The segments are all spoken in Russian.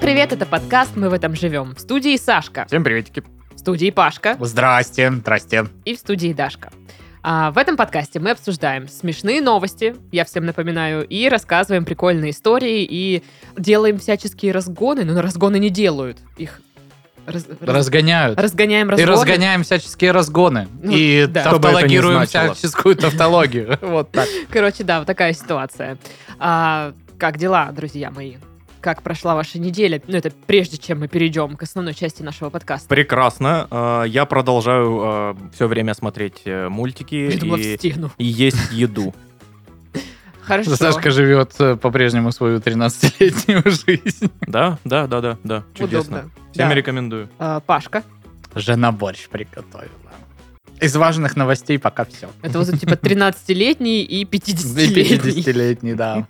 привет, это подкаст «Мы в этом живем». В студии Сашка, Всем приветики. в студии Пашка Здрасте, здрасте. и в студии Дашка. А в этом подкасте мы обсуждаем смешные новости, я всем напоминаю, и рассказываем прикольные истории, и делаем всяческие разгоны, но разгоны не делают. Их раз- раз- Разгоняют. разгоняем И разгоны. разгоняем всякие разгоны. Ну, И да. Чтобы это не Тавтологируем значило. всяческую тавтологию. Вот так. Короче, да, вот такая ситуация. А, как дела, друзья мои? Как прошла ваша неделя? Ну, это прежде, чем мы перейдем к основной части нашего подкаста. Прекрасно. Э, Я продолжаю все время смотреть э, мультики Я думала, в и, стену. и есть еду. Хорошо. Сашка живет э, по-прежнему свою 13-летнюю жизнь. Да, да, да, да, да. Чудесно. Удобно. Всем Да. рекомендую. А, Пашка. Жена борщ приготовила. Из важных новостей пока все. Это вот типа 13-летний и 50-летний. 50-летний, да.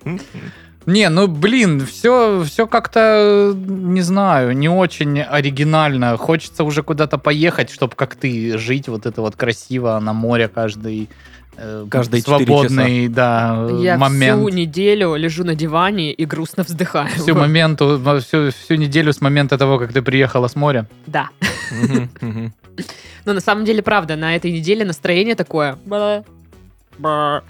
Не, ну блин, все, все как-то, э, не знаю, не очень оригинально. Хочется уже куда-то поехать, чтобы как ты жить вот это вот красиво на море каждый э, Каждые четыре свободный да, Я момент. всю неделю лежу на диване и грустно вздыхаю. всю моменту, во- всю, всю неделю с момента того, как ты приехала с моря. Да. Мгм, мгм. Но на самом деле, правда, на этой неделе настроение такое. Ба. Ба.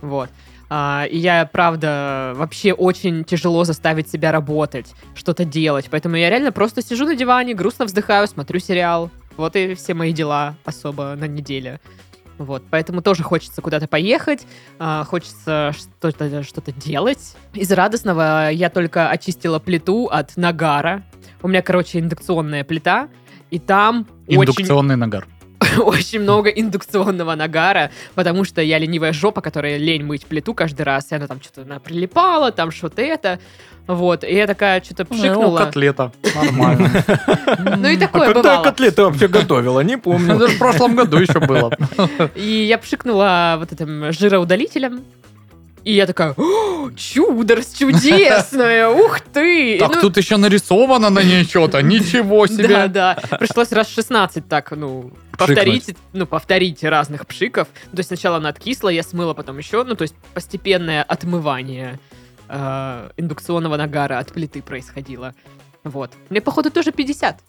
Вот. А, и я, правда, вообще очень тяжело заставить себя работать, что-то делать. Поэтому я реально просто сижу на диване, грустно вздыхаю, смотрю сериал. Вот и все мои дела особо на неделе. Вот, поэтому тоже хочется куда-то поехать, а, хочется что-то что делать. Из радостного я только очистила плиту от нагара. У меня, короче, индукционная плита, и там очень Индукционный нагар. очень много индукционного нагара, потому что я ленивая жопа, которая лень мыть плиту каждый раз, и она там что-то она прилипала, там что-то это, вот, и я такая что-то О, пшикнула. котлета. Нормально. Ну и А такое когда бывало. котлеты вообще готовила? Не помню. Это же в прошлом году еще было. И я пшикнула вот этим жироудалителем, и я такая, «О, чудо чудесное, ух ты! И, Так ну, тут еще нарисовано на ней что-то. Ничего Да, себе. да. Пришлось раз 16 так, ну, повторить, ну, повторить разных пшиков. То есть сначала она откисла, я смыла потом еще. Ну, то есть постепенное отмывание э, индукционного нагара от плиты происходило. Вот. Мне, походу, тоже 50.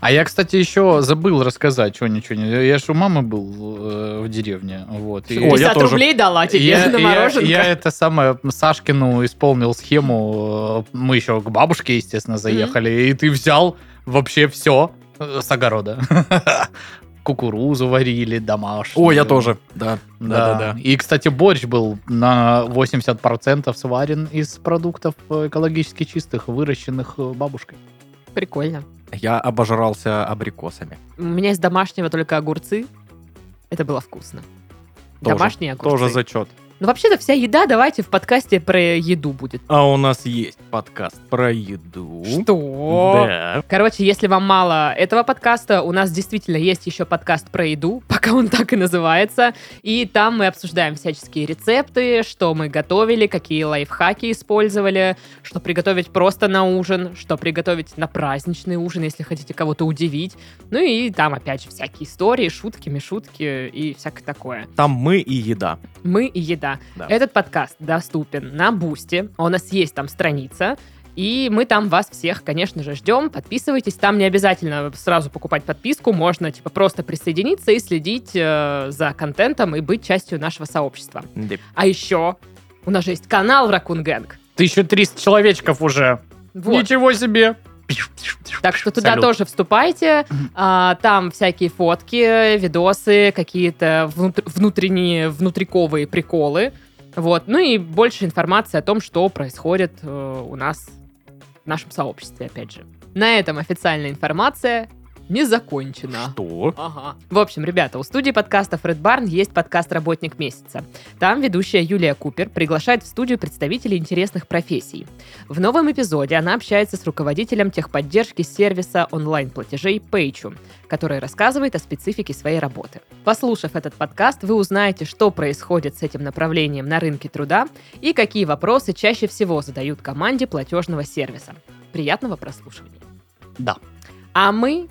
А я, кстати, еще забыл рассказать, что ничего не... Я же у мамы был э, в деревне, вот. и- О, я 50 тоже. рублей дала тебе А на мороженка. я это самое Сашкину исполнил схему. э, Мы еще к бабушке, естественно, заехали. И ты взял вообще все с огорода. Кукурузу варили домашнюю. О, я тоже. Да, Да. да, да. И, кстати, борщ был на 80% сварен из продуктов э, экологически чистых, выращенных э, бабушкой. Прикольно. Я обожрался абрикосами. У меня из домашнего только огурцы. Это было вкусно. Тоже. Домашние огурцы. Тоже зачет. Ну, вообще-то вся еда, давайте в подкасте про еду будет. А у нас есть подкаст про еду. Что? Да. Короче, если вам мало этого подкаста, у нас действительно есть еще подкаст про еду, пока он так и называется. И там мы обсуждаем всяческие рецепты, что мы готовили, какие лайфхаки использовали, что приготовить просто на ужин, что приготовить на праздничный ужин, если хотите кого-то удивить. Ну и там опять же всякие истории, шутки, мешутки и всякое такое. Там мы и еда. Мы и еда. Да. Этот подкаст доступен на Бусти. У нас есть там страница. И мы там вас всех, конечно же, ждем. Подписывайтесь. Там не обязательно сразу покупать подписку. Можно, типа, просто присоединиться и следить э, за контентом и быть частью нашего сообщества. Да. А еще у нас же есть канал Ракун Гэнг. 1300 человечков уже. Вот. Ничего себе. Так что туда Салют. тоже вступайте. А, там всякие фотки, видосы, какие-то внут- внутренние, внутриковые приколы. Вот. Ну и больше информации о том, что происходит э, у нас в нашем сообществе, опять же. На этом официальная информация не закончена. Что? Ага. В общем, ребята, у студии подкастов Red Barn есть подкаст «Работник месяца». Там ведущая Юлия Купер приглашает в студию представителей интересных профессий. В новом эпизоде она общается с руководителем техподдержки сервиса онлайн-платежей Paychu, который рассказывает о специфике своей работы. Послушав этот подкаст, вы узнаете, что происходит с этим направлением на рынке труда и какие вопросы чаще всего задают команде платежного сервиса. Приятного прослушивания. Да. А мы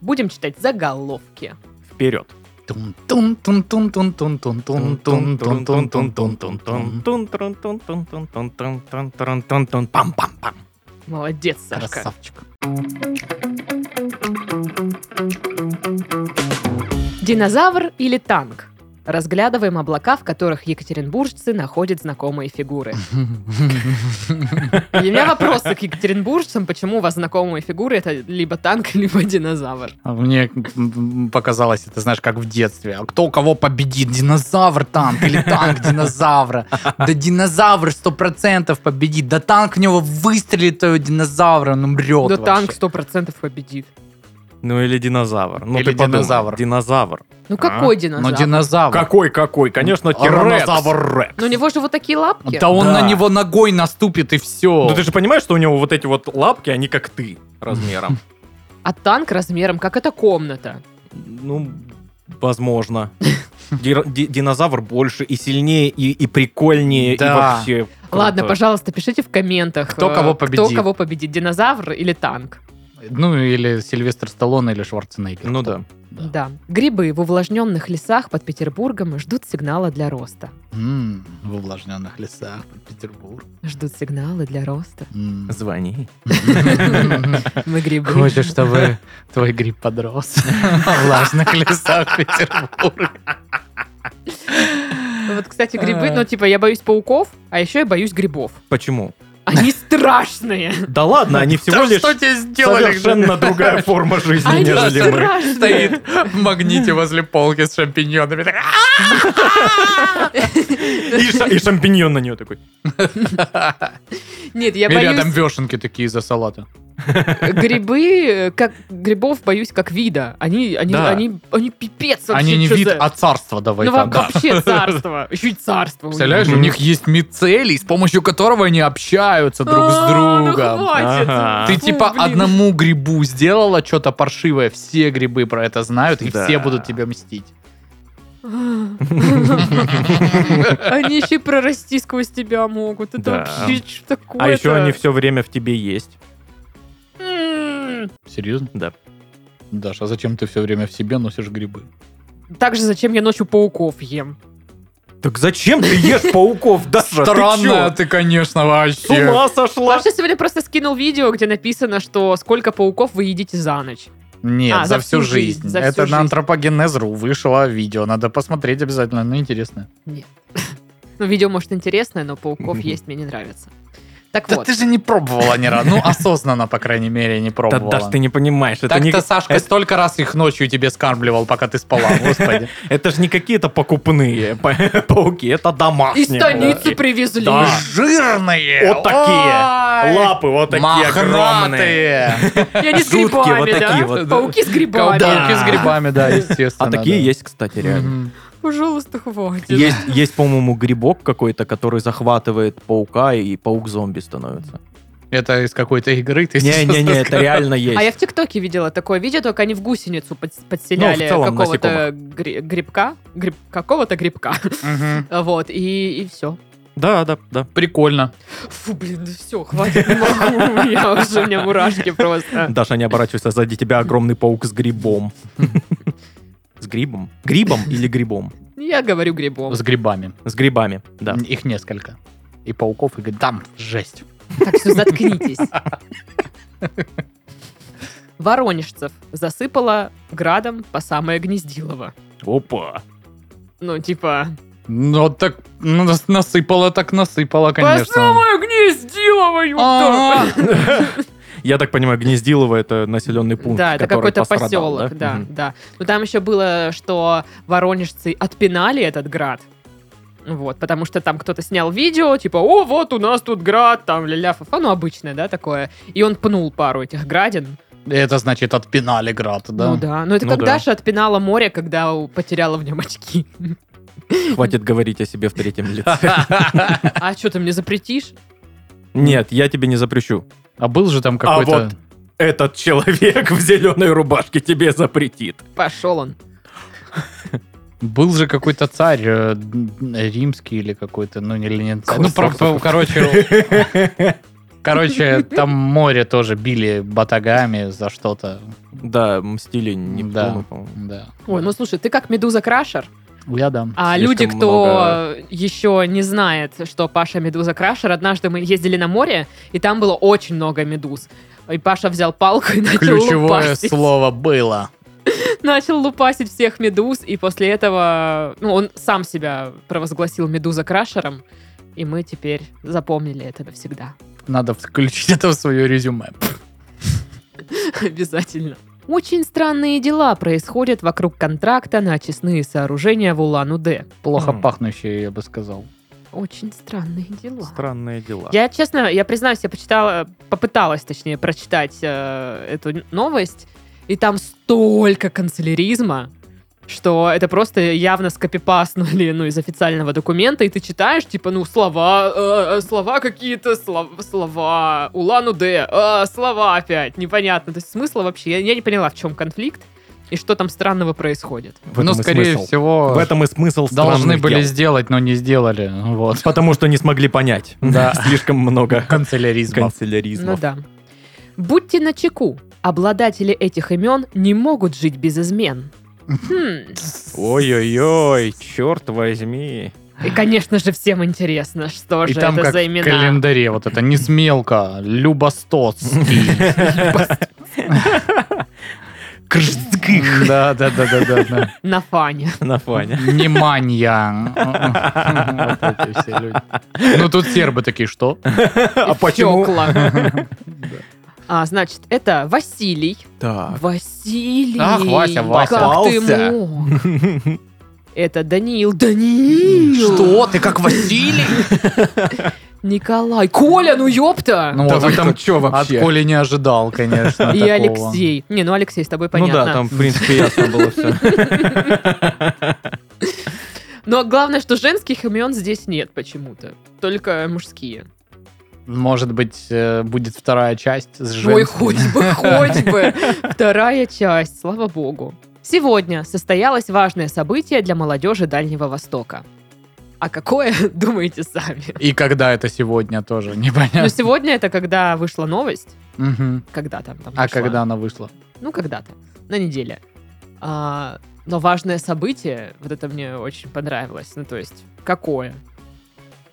будем читать заголовки. Вперед. Тун-тун-тун-тун-тун-тун-тун-тун-тун-тун-тун-тун-тун. Тун-тун-тун-тун-тун-тун-тун-тун-тун-тун-пам-пам-пам. Молодец, Сашка. Красавчик. Динозавр или танк? Разглядываем облака, в которых екатеринбуржцы находят знакомые фигуры. И у меня вопросы к екатеринбуржцам, почему у вас знакомые фигуры это либо танк, либо динозавр. А Мне м, показалось, это знаешь, как в детстве. А кто кого победит? Динозавр танк или танк динозавра? Да динозавр сто процентов победит. Да танк в него выстрелит твоего динозавра, он умрет Да вообще. танк сто процентов победит. Ну или динозавр. Ну, Или ты подумай, динозавр. Динозавр. Ну какой А? Но динозавр? динозавр. Какой, какой? Конечно, Тирекс. Ронозавр Рекс. Но Ну, у него же вот такие лапки. Да он Да. на него ногой наступит и все. Ну ты же понимаешь, что у него вот эти вот лапки, они как ты размером. А танк размером, как эта комната. Ну, возможно. Дир- ди- Динозавр больше и сильнее, и, и прикольнее, и Да. вообще. круто. Ладно, пожалуйста, пишите в комментах. Кто э, кого победит. Кто кого победит, динозавр или танк? Ну или Сильвестр Сталлоне или Шварценеггер. Ну да. Да. Грибы в увлажненных лесах под Петербургом ждут сигнала для роста. М, В увлажненных лесах под Петербург. Ждут сигналы для роста. М. Звони. Мы грибы. Хочешь, чтобы твой гриб подрос в влажных лесах Петербурга? Вот, кстати, грибы, А. ну, типа, я боюсь пауков, а еще я боюсь грибов. Почему? Они страшные. Да ладно, они всего лишь тебе совершенно другая форма жизни, Они нежели мы. страшные. Стоит в магните возле полки с шампиньонами. «А!» Так, И ша- И шампиньон на нее такой. Нет, я И рядом боюсь вешенки такие за салата. грибы, э, как грибов боюсь как вида. Они, они, Да. они, они пипец вообще. Они не чё вид, за- а царство давай Ну, во- там. вообще царство. Еще и царство. у них. Представляешь, у них есть мицелий, с помощью которого они общаются друг с А, ну другом. хватит. Ага. Ты Фу, типа блин. одному грибу сделала что-то паршивое, все грибы про это знают, и Да. все будут тебе мстить. Они еще и прорасти сквозь тебя могут. Это Да. вообще что такое А еще они все время в тебе есть. Серьезно? Да. Даша, а зачем ты все время в себе носишь грибы? Также зачем я ночью пауков ем? Так зачем ты ешь пауков, Даша? Странная Странно. ты, конечно, С вообще. ума сошла? Паша сегодня просто скинул видео, где написано, что сколько пауков вы едите за ночь. Нет, А, за, всю жизнь. за Это всю на жизнь. антропогенез.ру вышло видео. Надо посмотреть обязательно, оно интересное. Ну, видео, может, интересное, но пауков Мгм. есть мне не нравится. Так Да вот, ты же не пробовала ни разу. Ну, осознанно, по крайней мере, не Да, пробовала. Даш, ты не понимаешь. Это, Так-то не, Сашка это- столько раз их ночью тебе скармливал, пока ты спала, господи. это же не какие-то покупные па- пауки, это домашние. из станицы пауки. привезли. Да. Жирные! А. Вот такие. Ой! Лапы вот такие огромные. Мохнатые! Я не с Жуткие грибами, вот да? такие вот. Пауки с грибами. Колбаки с грибами, да, естественно. А такие да. есть, кстати, реально. Мгм. Пожалуйста, хватит. Есть, есть, по-моему, грибок какой-то, который захватывает паука, и паук-зомби становится. Это из какой-то игры ты сейчас Не-не-не, это рассказал? реально есть. А я в ТикТоке видела такое видео, только они в гусеницу подс- подселяли Ну, целом какого-то гри- грибка, гриб- какого-то грибка, Мгм. вот, и, и все. Да, да, да. Прикольно. Фу, блин, все, хватит, не могу, я уже, у меня мурашки просто. Даша, не оборачивайся, сзади тебя огромный паук с грибом. С грибом? Грибом или грибом? Я говорю грибом. С грибами. С грибами, да. Их несколько. И пауков, и говорит, там жесть. Так что заткнитесь. Воронежцев засыпала градом по самое Гнездилово. Опа. Ну, типа... Ну, так ну, нас- насыпало, так насыпало, По конечно. А, самое Гнездилово, ёпта! А-а-а. Я так понимаю, Гнездилово это населенный пункт, Да, это который какой-то пострадал, поселок, да, Мгм. да. Но там еще было, что воронежцы отпинали этот град. Вот, потому что там кто-то снял видео, типа, о, вот у нас тут град, там ля-ля, фа-фа, ну, обычное, да, такое. И он пнул пару этих градин. Это значит, отпинали град, да? Ну да, ну это Ну как да. Даша отпинала море, когда у- потеряла в нем очки. Хватит говорить о себе в третьем лице. А что, ты мне запретишь? Нет, я тебе не запрещу. А был же там А какой-то... вот этот человек в зеленой рубашке тебе запретит. Пошел он. Был же какой-то царь э, м, римский или какой-то, ну, или не царь. Ну, Класс, про- класс, про- короче... Короче, там море тоже били батагами за что-то. Да, мстили не Да. помню, по-моему. Да. Ой, ну слушай, ты как медуза крашер. Я дам. А Слишком люди, кто еще не знает, что Паша медуза крашер, однажды мы ездили на море, и там было очень много медуз. И Паша взял палку и начал Ключевое лупасить. слово было. Начал лупасить всех медуз, и после этого ну, он сам себя провозгласил медуза крашером. И мы теперь запомнили это навсегда. Надо включить это в свое резюме. Обязательно. Очень странные дела происходят вокруг контракта на очистные сооружения в Улан-Удэ. Плохо М. пахнущее, я бы сказал. Очень странные дела. Странные дела. Я, честно, я признаюсь, я почитала, попыталась, точнее, прочитать э, эту новость, и там столько канцеляризма, что это просто явно скопипаснули, ну, из официального документа, и ты читаешь, типа, ну, слова, э, э, слова какие-то, слова, слова, Улан-Удэ, э, слова опять, непонятно, то есть смысла вообще, я, я не поняла, в чем конфликт, и что там странного происходит. В этом Ну, и скорее смысл. всего, В этом и смысл должны странных были дел. сделать, но не сделали. Вот. Потому что не смогли понять. Да. Слишком много Канцеляризма. Ну канцеляризмов. да. Будьте начеку. Обладатели этих имен не могут жить без измен. Хм. Ой-ой-ой, черт возьми. И, конечно же, всем интересно, что И же там это как за в имена. календаре вот это, не смелка, любостоцкий. Крждых Да, да, да, да, да, да. На фане. на фоне. Неманья. Вот эти все люди. Ну тут сербы такие, что? А почему? Фёкла. А, значит, это Василий. Так. Василий. Ах, Вася, Вася. Как ты Попался. мог? Это Даниил. Даниил. Ты как Василий? Николай. Коля, ну ёпта. Ну Да вот вы там там чё от вообще? Коли не ожидал, конечно. И такого. Алексей. Не, ну Алексей, с тобой Ну понятно. да, там, в принципе, ясно было все. Но главное, что женских имен здесь нет почему-то. Только мужские. Может быть, э, будет вторая часть с Ой, женскими. Ну хоть бы, хоть бы. Вторая часть, слава богу. Сегодня состоялось важное событие для молодежи Дальнего Востока. А какое, думаете сами. И когда это сегодня тоже, Но непонятно. сегодня это когда вышла новость. Мгм. Когда там? там А вышла? когда она вышла? Ну, когда-то. На неделе. А, но важное событие, вот это мне очень понравилось. Ну, то есть, какое?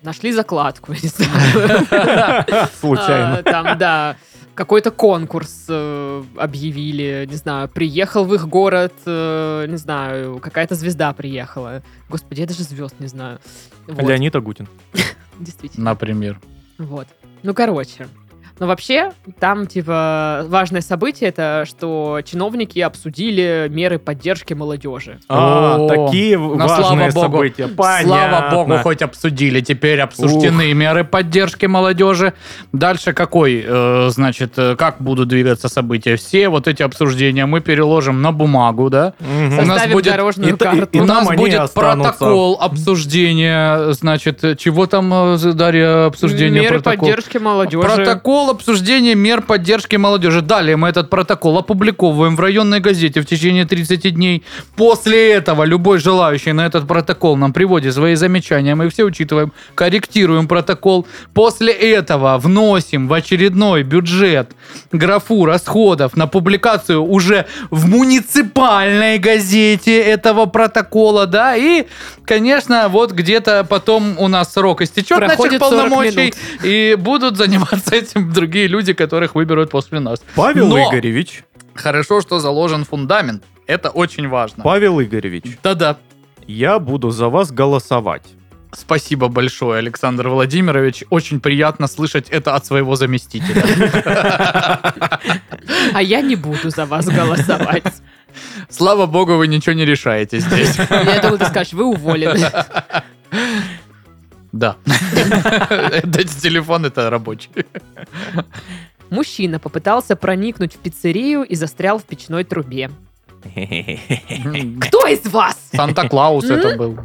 Нашли закладку, я не знаю. Случайно. А, Там, да, какой-то конкурс э, объявили, не знаю, приехал в их город, э, не знаю, какая-то звезда приехала. Господи, я даже звезд не знаю. Вот, Леонид Агутин. А. действительно. Например. Вот. Ну, короче. Но вообще, там, типа, важное событие это, что чиновники обсудили меры поддержки молодежи. А, О, такие ну, важные слава богу. события. Слава богу, Понятно. хоть обсудили. Теперь обсуждены меры поддержки молодежи. Дальше какой, э, значит, э, как будут двигаться события? Все вот эти обсуждения мы переложим на бумагу, да? Мгм. У нас Составим будет- дорожную и та- и- карту. У нам нас они будет останутся. протокол обсуждения, значит, э, чего там, э, Дарья, обсуждение меры протокол? поддержки молодежи. Протокол обсуждения мер поддержки молодежи. Далее мы этот протокол опубликовываем в районной газете в течение 30 дней. После этого любой желающий на этот протокол нам приводит свои замечания. Мы все учитываем, корректируем протокол. После этого вносим в очередной бюджет графу расходов на публикацию уже в муниципальной газете этого протокола, да, и, конечно, вот где-то потом у нас срок истечет Проходит 40 наших полномочий, минут. и будут заниматься этим другие люди, которых выберут после нас. Павел Но- Игоревич. Хорошо, что заложен фундамент. Это очень важно. Павел Игоревич, Да-да. я буду за вас голосовать. Спасибо большое, Александр Владимирович. Очень приятно слышать это от своего заместителя. А я не буду за вас голосовать. Слава богу, вы ничего не решаете здесь. Я думаю, ты скажешь, вы уволены. Да. Это телефон, это рабочий. Мужчина попытался проникнуть в пиццерию и застрял в печной трубе. Кто из вас? Санта-Клаус это был.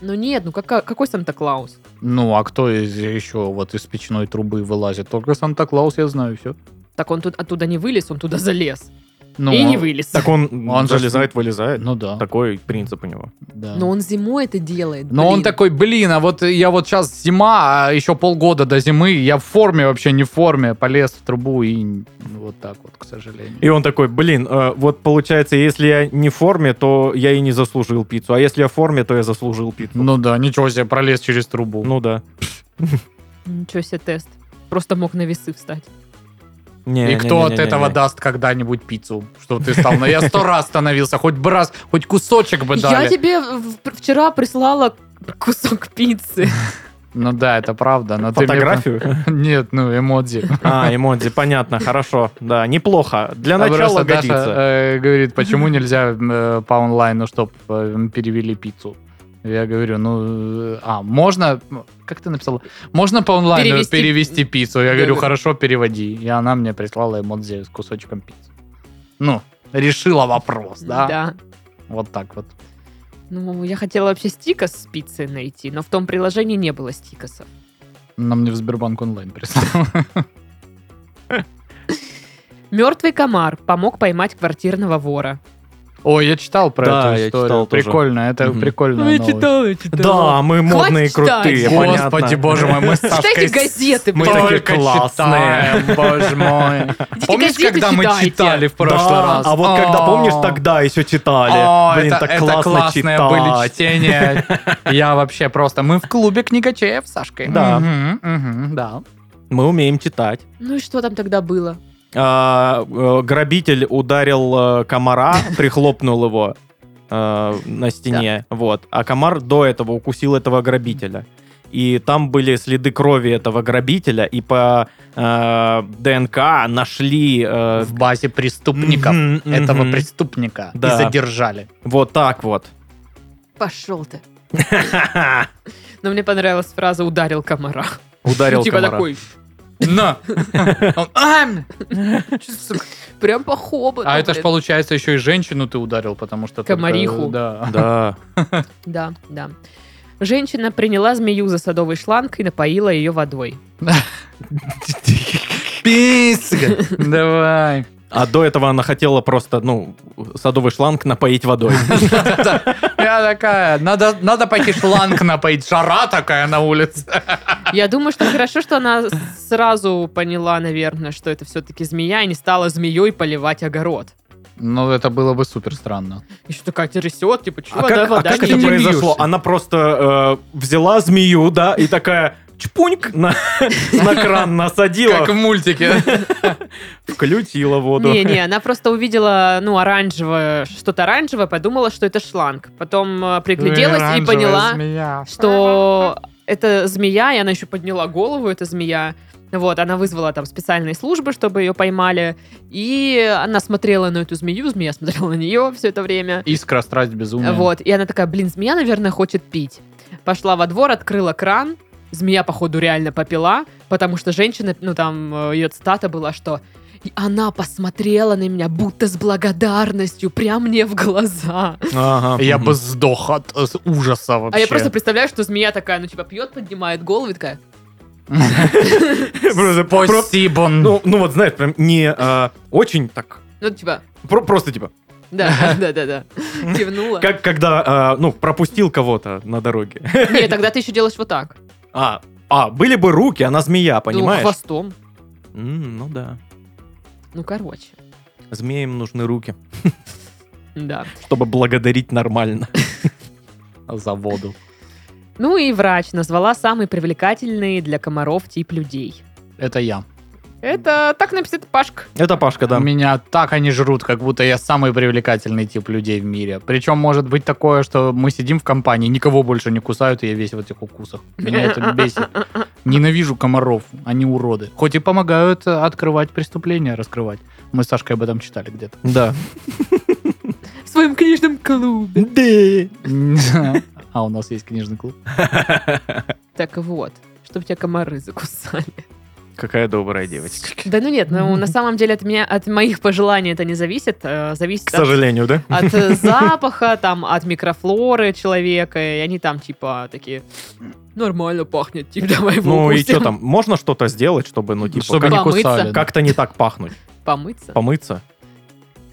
Ну нет, ну кака- какой Санта-Клаус? Ну, а кто из, еще вот из печной трубы вылазит? Только Санта-Клаус, я знаю, все. Так он тут оттуда не вылез, он туда залез. Ну, и не он- вылез. Так он, Он же- залезает, вылезает. Ну да. Такой принцип у него. да. Но он зимой это делает. Но он ну, блин. такой, блин, а вот я вот сейчас зима, а еще полгода до зимы, я в форме вообще не в форме, полез в трубу и вот так вот, к сожалению. И он такой, блин, э, вот получается, если я не в форме, то я и не заслужил пиццу. А если я в форме, то я заслужил пиццу. Ну да, ничего себе, пролез через трубу. Ну да. Ничего себе тест. Просто мог на весы встать. Не, и не, кто не, от не, не, этого не. даст когда-нибудь пиццу? Что ты стал? на я сто раз становился, хоть бы раз, хоть кусочек бы Я дали. тебе в- вчера прислала кусок пиццы. Ну да, это правда. но ты мне- Фотографию? Нет, ну эмодзи. А, эмодзи, понятно, хорошо. Да, неплохо. Для А начала просто Даша, годится. э, говорит, почему нельзя э, по онлайну, чтобы перевели пиццу? Я говорю, ну, э, а, можно, как ты написала, можно по онлайну Перевести- перевести, пиццу? Я говорю, Да-да. хорошо, переводи. И она мне прислала эмодзи с кусочком пиццы. Ну, решила вопрос, да? Да. Вот так вот. Ну, я хотела вообще стикос с пиццей найти, но в том приложении не было стикосов. Она мне в Сбербанк онлайн прислала. Мертвый комар помог поймать квартирного вора. Ой, я читал про Да, эту я историю. читал тоже. Прикольно, это Мгм. прикольно. Ну, я Да, мы модные, Хватит читать. крутые, понятно. Господи, боже мой, мы с Читайте Сашкой газеты, мы блин. такие классные. читаем, боже мой. Идите Помнишь, газеты когда мы читайте. читали в прошлый Да, раз? А вот когда, О, помнишь, тогда еще о, читали. Блин, это, так это классно классные были читать. чтения. Я вообще просто... Мы в клубе книгачеев с Сашкой. Да. Мгм, мгм, Да. Мы умеем читать. Ну и что там тогда было? А, э, грабитель ударил э, комара, прихлопнул его э, на стене, вот. А комар до этого укусил этого грабителя. И там были следы крови этого грабителя, и по э, ДНК нашли э, В базе преступников мгм, мгм. этого преступника и Да. задержали. Вот так вот. Пошел ты. Но мне понравилась фраза «ударил комара». Ударил Типа комара. такой, На! Он, «Ам!» прям по хоботу. А это ж блин. получается еще и женщину ты ударил, потому что... только- Комариху. Да. Да. Да, да. Женщина приняла змею за садовый шланг и напоила ее водой. Писька! Давай. А до этого она хотела просто, ну, садовый шланг напоить водой. Да. Я такая, надо, надо пойти шланг напоить, жара такая на улице. Я думаю, что хорошо, что она сразу поняла, наверное, что это все-таки змея и не стала змеей поливать огород. Ну, это было бы супер странно. И что такая трясет, типа, чего, А как, да, а вода как не это идет». произошло? бьешься. Она просто э, взяла змею, да, и такая чпуньк на, на кран насадила, Как в мультике. включила воду. Не-не, она просто увидела, ну, оранжевое, что-то оранжевое, подумала, что это шланг. Потом э, пригляделась и Оранжевая поняла, змея. что это змея, и она еще подняла голову, это змея. Вот, она вызвала там специальные службы, чтобы ее поймали. И она смотрела на эту змею, змея смотрела на нее все это время. Искра, страсть, безумие. Вот, и она такая, блин, змея, наверное, хочет пить. Пошла во двор, открыла кран. Змея, походу, реально попила, потому что женщина, ну там, ее цитата была, что «И она посмотрела на меня, будто с благодарностью, прям мне в глаза. Ага. Я Мгм. бы сдох от э, с ужаса вообще. А я просто представляю, что змея такая, ну, типа, пьет, поднимает голову и такая, Просто про- Спасибо. Ну, ну вот знаешь, прям не э, очень так, ну, типа, про- просто типа, Да, да, да, да. да. Кивнула. как когда, э, ну, пропустил кого-то на дороге. Не, тогда ты еще делаешь вот так. А, а, были бы руки, она змея, Ну, понимаешь? хвостом. М, Ну да, Ну, короче. змеям нужны руки, Да. чтобы благодарить нормально. За воду. Ну и врач назвала самый привлекательный для комаров тип людей. Это я. Это так написано Пашка. Это Пашка, да. Меня так они жрут, как будто я самый привлекательный тип людей в мире. Причем может быть такое, что мы сидим в компании, никого больше не кусают, и я весь в этих укусах. Меня это бесит. Ненавижу комаров, они уроды. Хоть и помогают э, открывать преступления, раскрывать. Мы с Сашкой об этом читали где-то. Да. В своем книжном клубе. Да. А у нас есть книжный клуб. Так вот, чтобы тебя комары закусали. Какая добрая девочка. Да ну нет, ну на самом деле от меня, от моих пожеланий это не зависит. э, Зависит К от сожалению, да? от э, запаха, там, от микрофлоры человека, и они там, типа, такие, нормально пахнет, типа, давай его Ну и укусим». что там, можно что-то сделать, чтобы, ну, типа, Чтобы не как- помыться. кусали. как-то не так пахнуть? Помыться. Помыться?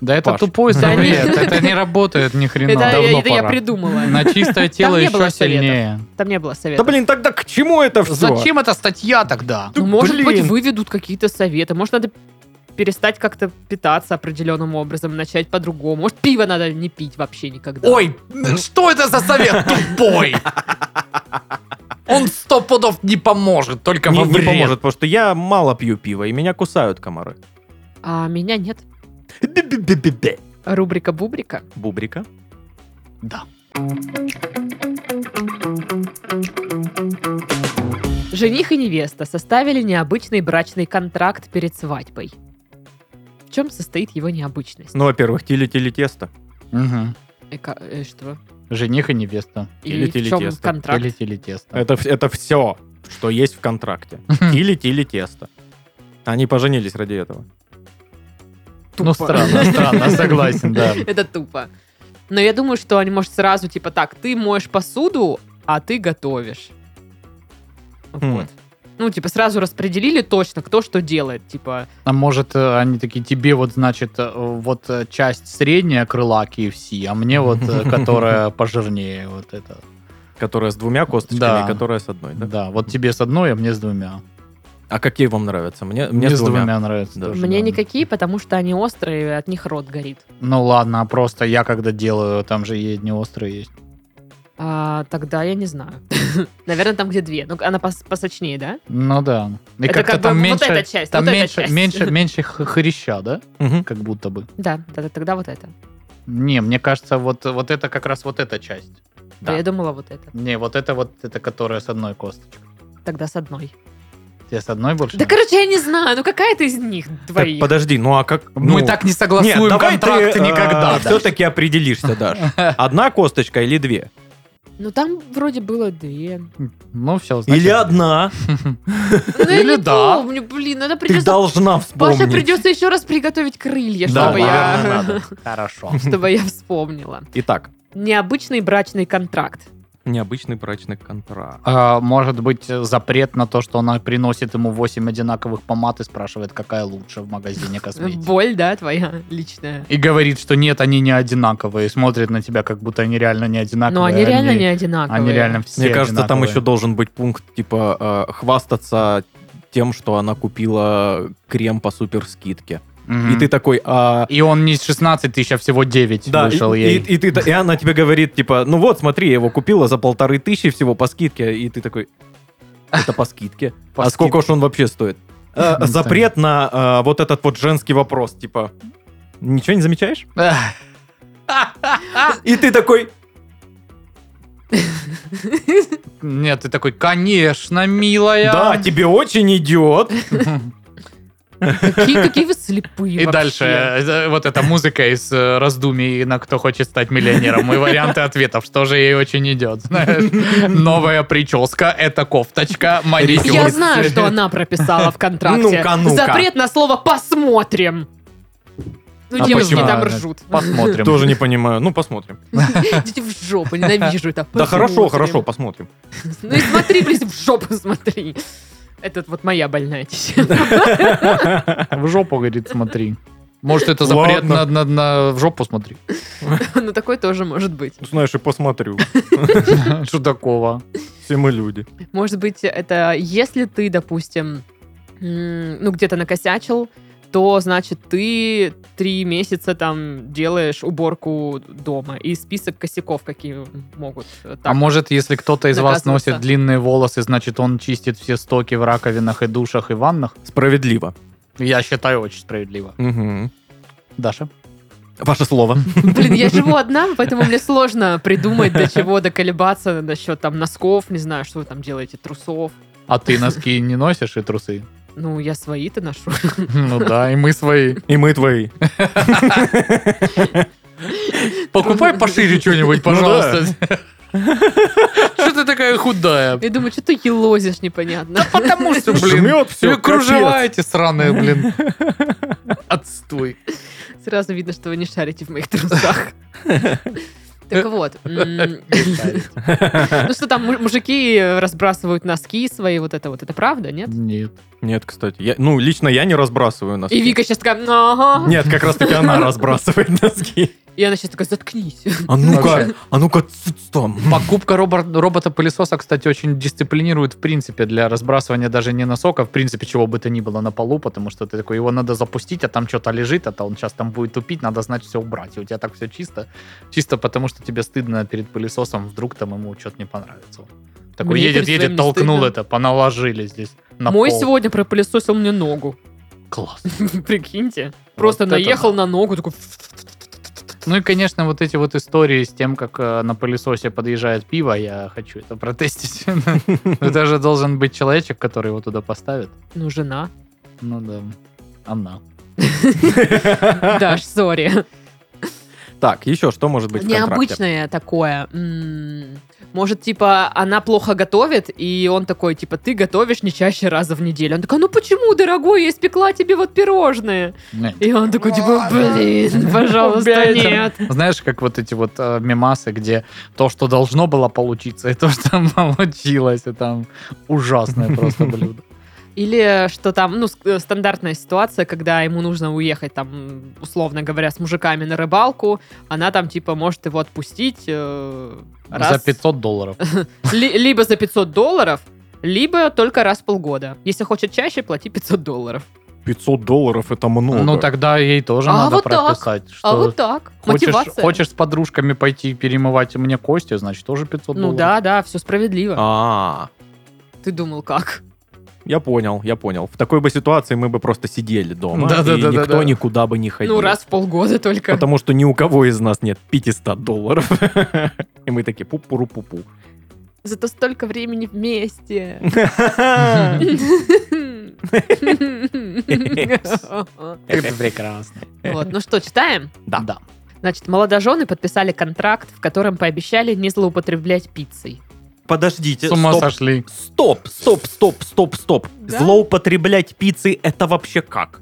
Да это Паш. тупой Да они- совет, это не работает ни хрена. это, Давно я, это я пора. придумала. На чистое тело не было еще советов. сильнее. Там не было Да совета. блин, тогда к чему это все? Зачем эта статья тогда? ты, Ну, может быть, Ну, блин. выведут какие-то советы. Может, надо перестать как-то питаться определенным образом, начать по-другому. Может, пиво надо не пить вообще никогда. Ой, что это за совет тупой? Он сто пудов не поможет, только Не, во не вред. поможет, потому что я мало пью пива, и меня кусают комары. А меня нет. Бе-бе-бе-бе-бе. Рубрика Бубрика. Бубрика. Да. Жених и невеста составили необычный брачный контракт перед свадьбой. В чем состоит его необычность? Ну, во-первых, тили-тили-тесто. Мгм. Э, ка- э, что? Жених и невеста. И в Или чем телетесто. контракт? Полетели тесто. Хм. Это, в- это все, что есть в контракте. Тили-тили-тесто. Они поженились ради этого. Ну, странно, странно, согласен, да. Это тупо. Но я думаю, что они, может, сразу типа так, ты моешь посуду, а ты готовишь. Хм. Вот. Ну, типа, сразу распределили точно, кто что делает. Типа, А может, э, они такие, тебе вот, значит, э, вот э, часть средняя крыла KFC, а мне вот, э, которая пожирнее, вот это. Которая с двумя косточками, Да. которая с одной. Да? Да, вот тебе с одной, а мне с двумя. А какие вам нравятся? Мне, мне с двумя. нравится. Да. тоже, мне да. никакие, потому что они острые, и от них рот горит. Ну ладно, а просто я когда делаю, там же и не острые есть. А, тогда я не знаю. Наверное, там где две. Ну, она пос- посочнее, да? Ну да. И Это как-то как бы там вот меньше, эта часть, там вот эта меньше, часть. меньше, меньше х- хряща, да? Мгм. Как будто бы. Да, да, да, тогда вот это. Не, мне кажется, вот, вот это как раз вот эта часть. Да. Да. я думала вот это. Не, вот это вот, это которая с одной косточкой. Тогда с одной. Тебе с одной больше? Да, короче, я не знаю. Ну, какая ты из них Так, двоих? подожди, ну а как... Мы ну, так не нет, согласуем давай контракты ты, э, никогда. да. все-таки определишься, Даш. Одна косточка или две? Ну, там вроде было две. Ну все, значит. или одна. Ну, я Или не да. помню, блин, надо Ты придется... должна вспомнить. Паша, придется еще раз приготовить крылья, Да, чтобы я... наверное, надо. Хорошо. Чтобы я вспомнила. Итак, Необычный брачный контракт. необычный брачный контракт. А, Может быть, запрет на то, что она приносит ему 8 одинаковых помад и спрашивает, какая лучше в магазине косметики. Боль, да, твоя личная. И говорит, что нет, они не одинаковые. И смотрит на тебя, как будто они реально не одинаковые. Но Ну, они реально не одинаковые. э, Они реально все Мне кажется, там одинаковые. еще должен быть пункт, типа, э, хвастаться тем, что она купила крем по супер скидке. Мгм. И ты такой, а... И он не 16 тысяч, а всего 9 Да, и, вышел и, ей. и ты, та- и она тебе говорит, типа, ну вот, смотри, я его купила за полторы тысячи всего по скидке, и ты такой, это по скидке. По а скид- сколько уж он вообще стоит? Э, Не Запрет на э, вот этот вот женский вопрос, типа, ничего не замечаешь? Эх, И ты такой, Нет, ты такой, конечно, милая. да, тебе очень идет. Какие, какие вы слепые И вообще. дальше э, вот эта музыка из э, раздумий на кто хочет стать миллионером и варианты ответов, что же ей очень идет. знаешь. Новая прическа, это кофточка, маникюр. Я знаю, что она прописала в контракте. Ну-ка, ну-ка. Запрет на слово «посмотрим». Ну, А девушки почему? там ржут. Посмотрим. Тоже не понимаю, ну посмотрим. Идите в жопу, ненавижу это. Да хорошо, Посмотрим. хорошо, посмотрим. Ну и смотри, блин, в жопу смотри. Это вот моя больная тема. В жопу, говорит, смотри. Может, это запрет запрет на, на- в жопу смотри. Ну такое тоже может быть. Ну, Знаешь, и посмотрю. Что такого? Все мы люди. Может быть, это если ты, допустим, м, ну где-то накосячил, то, значит, ты три месяца там делаешь уборку дома и список косяков, какие могут э, А так. может, если кто-то из вас Наказываться. носит длинные волосы, значит, он чистит все стоки в раковинах и душах и ваннах? Справедливо. Я считаю, очень справедливо. Мгм. Даша? Ваше слово. Блин, я живу одна, поэтому мне сложно придумать, до чего доколебаться насчет там носков, не знаю, что вы там делаете, трусов. А ты носки не носишь и трусы? Ну, я свои-то ношу. Ну да, и мы свои. И мы твои. Покупай пошире что-нибудь, Ну да. пожалуйста. Что ты такая худая? Я думаю, что ты елозишь непонятно. Потому что, блин, Жмёт всё, тебе капец. кружева эти сраные, блин. Отстой. Сразу видно, что вы не шарите в моих трусах. Так вот. м, Ну что там, му- мужики разбрасывают носки свои, вот это вот. Это правда, нет? Нет. Нет, кстати. я- ну, лично я не разбрасываю носки. И Вика сейчас такая, «Ну, ага. Нет, как раз таки она разбрасывает носки. И она сейчас такая, заткнись. А Вообще. ну-ка, а ну-ка, цыц там. Покупка робор- робота-пылесоса, кстати, очень дисциплинирует, в принципе, для разбрасывания даже не носок, а в принципе чего бы то ни было на полу, потому что ты такой, его надо запустить, а там что-то лежит, а то он сейчас там будет тупить, надо, значит, все убрать. И у тебя так все чисто. Чисто потому, что тебе стыдно перед пылесосом, вдруг там ему что-то не понравится. Такой Мне едет, перед своим едет, не толкнул стыдно. это, поналожили здесь на Мой пол. сегодня пропылесосил мне ногу. Класс. Прикиньте. Просто это наехал да. на ногу, такой... Ну и, конечно, вот эти вот истории с тем, как э, на пылесосе подъезжает пиво, я хочу это протестить. Это же должен быть человечек, который его туда поставит. Ну, жена. Ну да, она. Даш, сори. Так, еще что может быть в контракте? Необычное такое. М, Может, типа, она плохо готовит, и он такой, типа, ты готовишь не чаще раза в неделю. Он такой, ну почему, дорогой, я испекла тебе вот пирожные. Нет. И он такой, типа, блин, пожалуйста, Опять он. нет. Знаешь, как вот эти вот э, мемасы, где то, что должно было получиться, и то, что получилось, и там ужасное просто блюдо. Или что там, ну, с- э, стандартная ситуация, когда ему нужно уехать, там, условно говоря, с мужиками на рыбалку, она там, типа, может его отпустить э, За раз, 500 долларов. ли- либо за 500 долларов, либо только раз в полгода. Если хочет чаще, плати 500 долларов. 500 долларов это много. Ну тогда ей тоже А надо вот так. прописать. А что вот так. Хочешь, Мотивация. хочешь с подружками пойти перемывать мне кости, значит, тоже 500 Ну долларов. да, да, все справедливо. А, Ты думал, как? Ну, я понял, я понял. В такой бы ситуации мы бы просто сидели дома, и Да-да-да-да-да. никто никуда бы не ходил. Ну, раз в полгода только. Потому что ни у кого из нас нет 500 долларов. И мы такие пу-пуру-пу-пу. Зато столько времени вместе. Это прекрасно. Вот, ну что, читаем? Да. Да. Значит, молодожены подписали контракт, в котором пообещали не злоупотреблять пиццей. Подождите, С ума стоп, сошли. стоп, стоп, стоп, стоп, стоп. Да? Злоупотреблять пиццей это вообще как?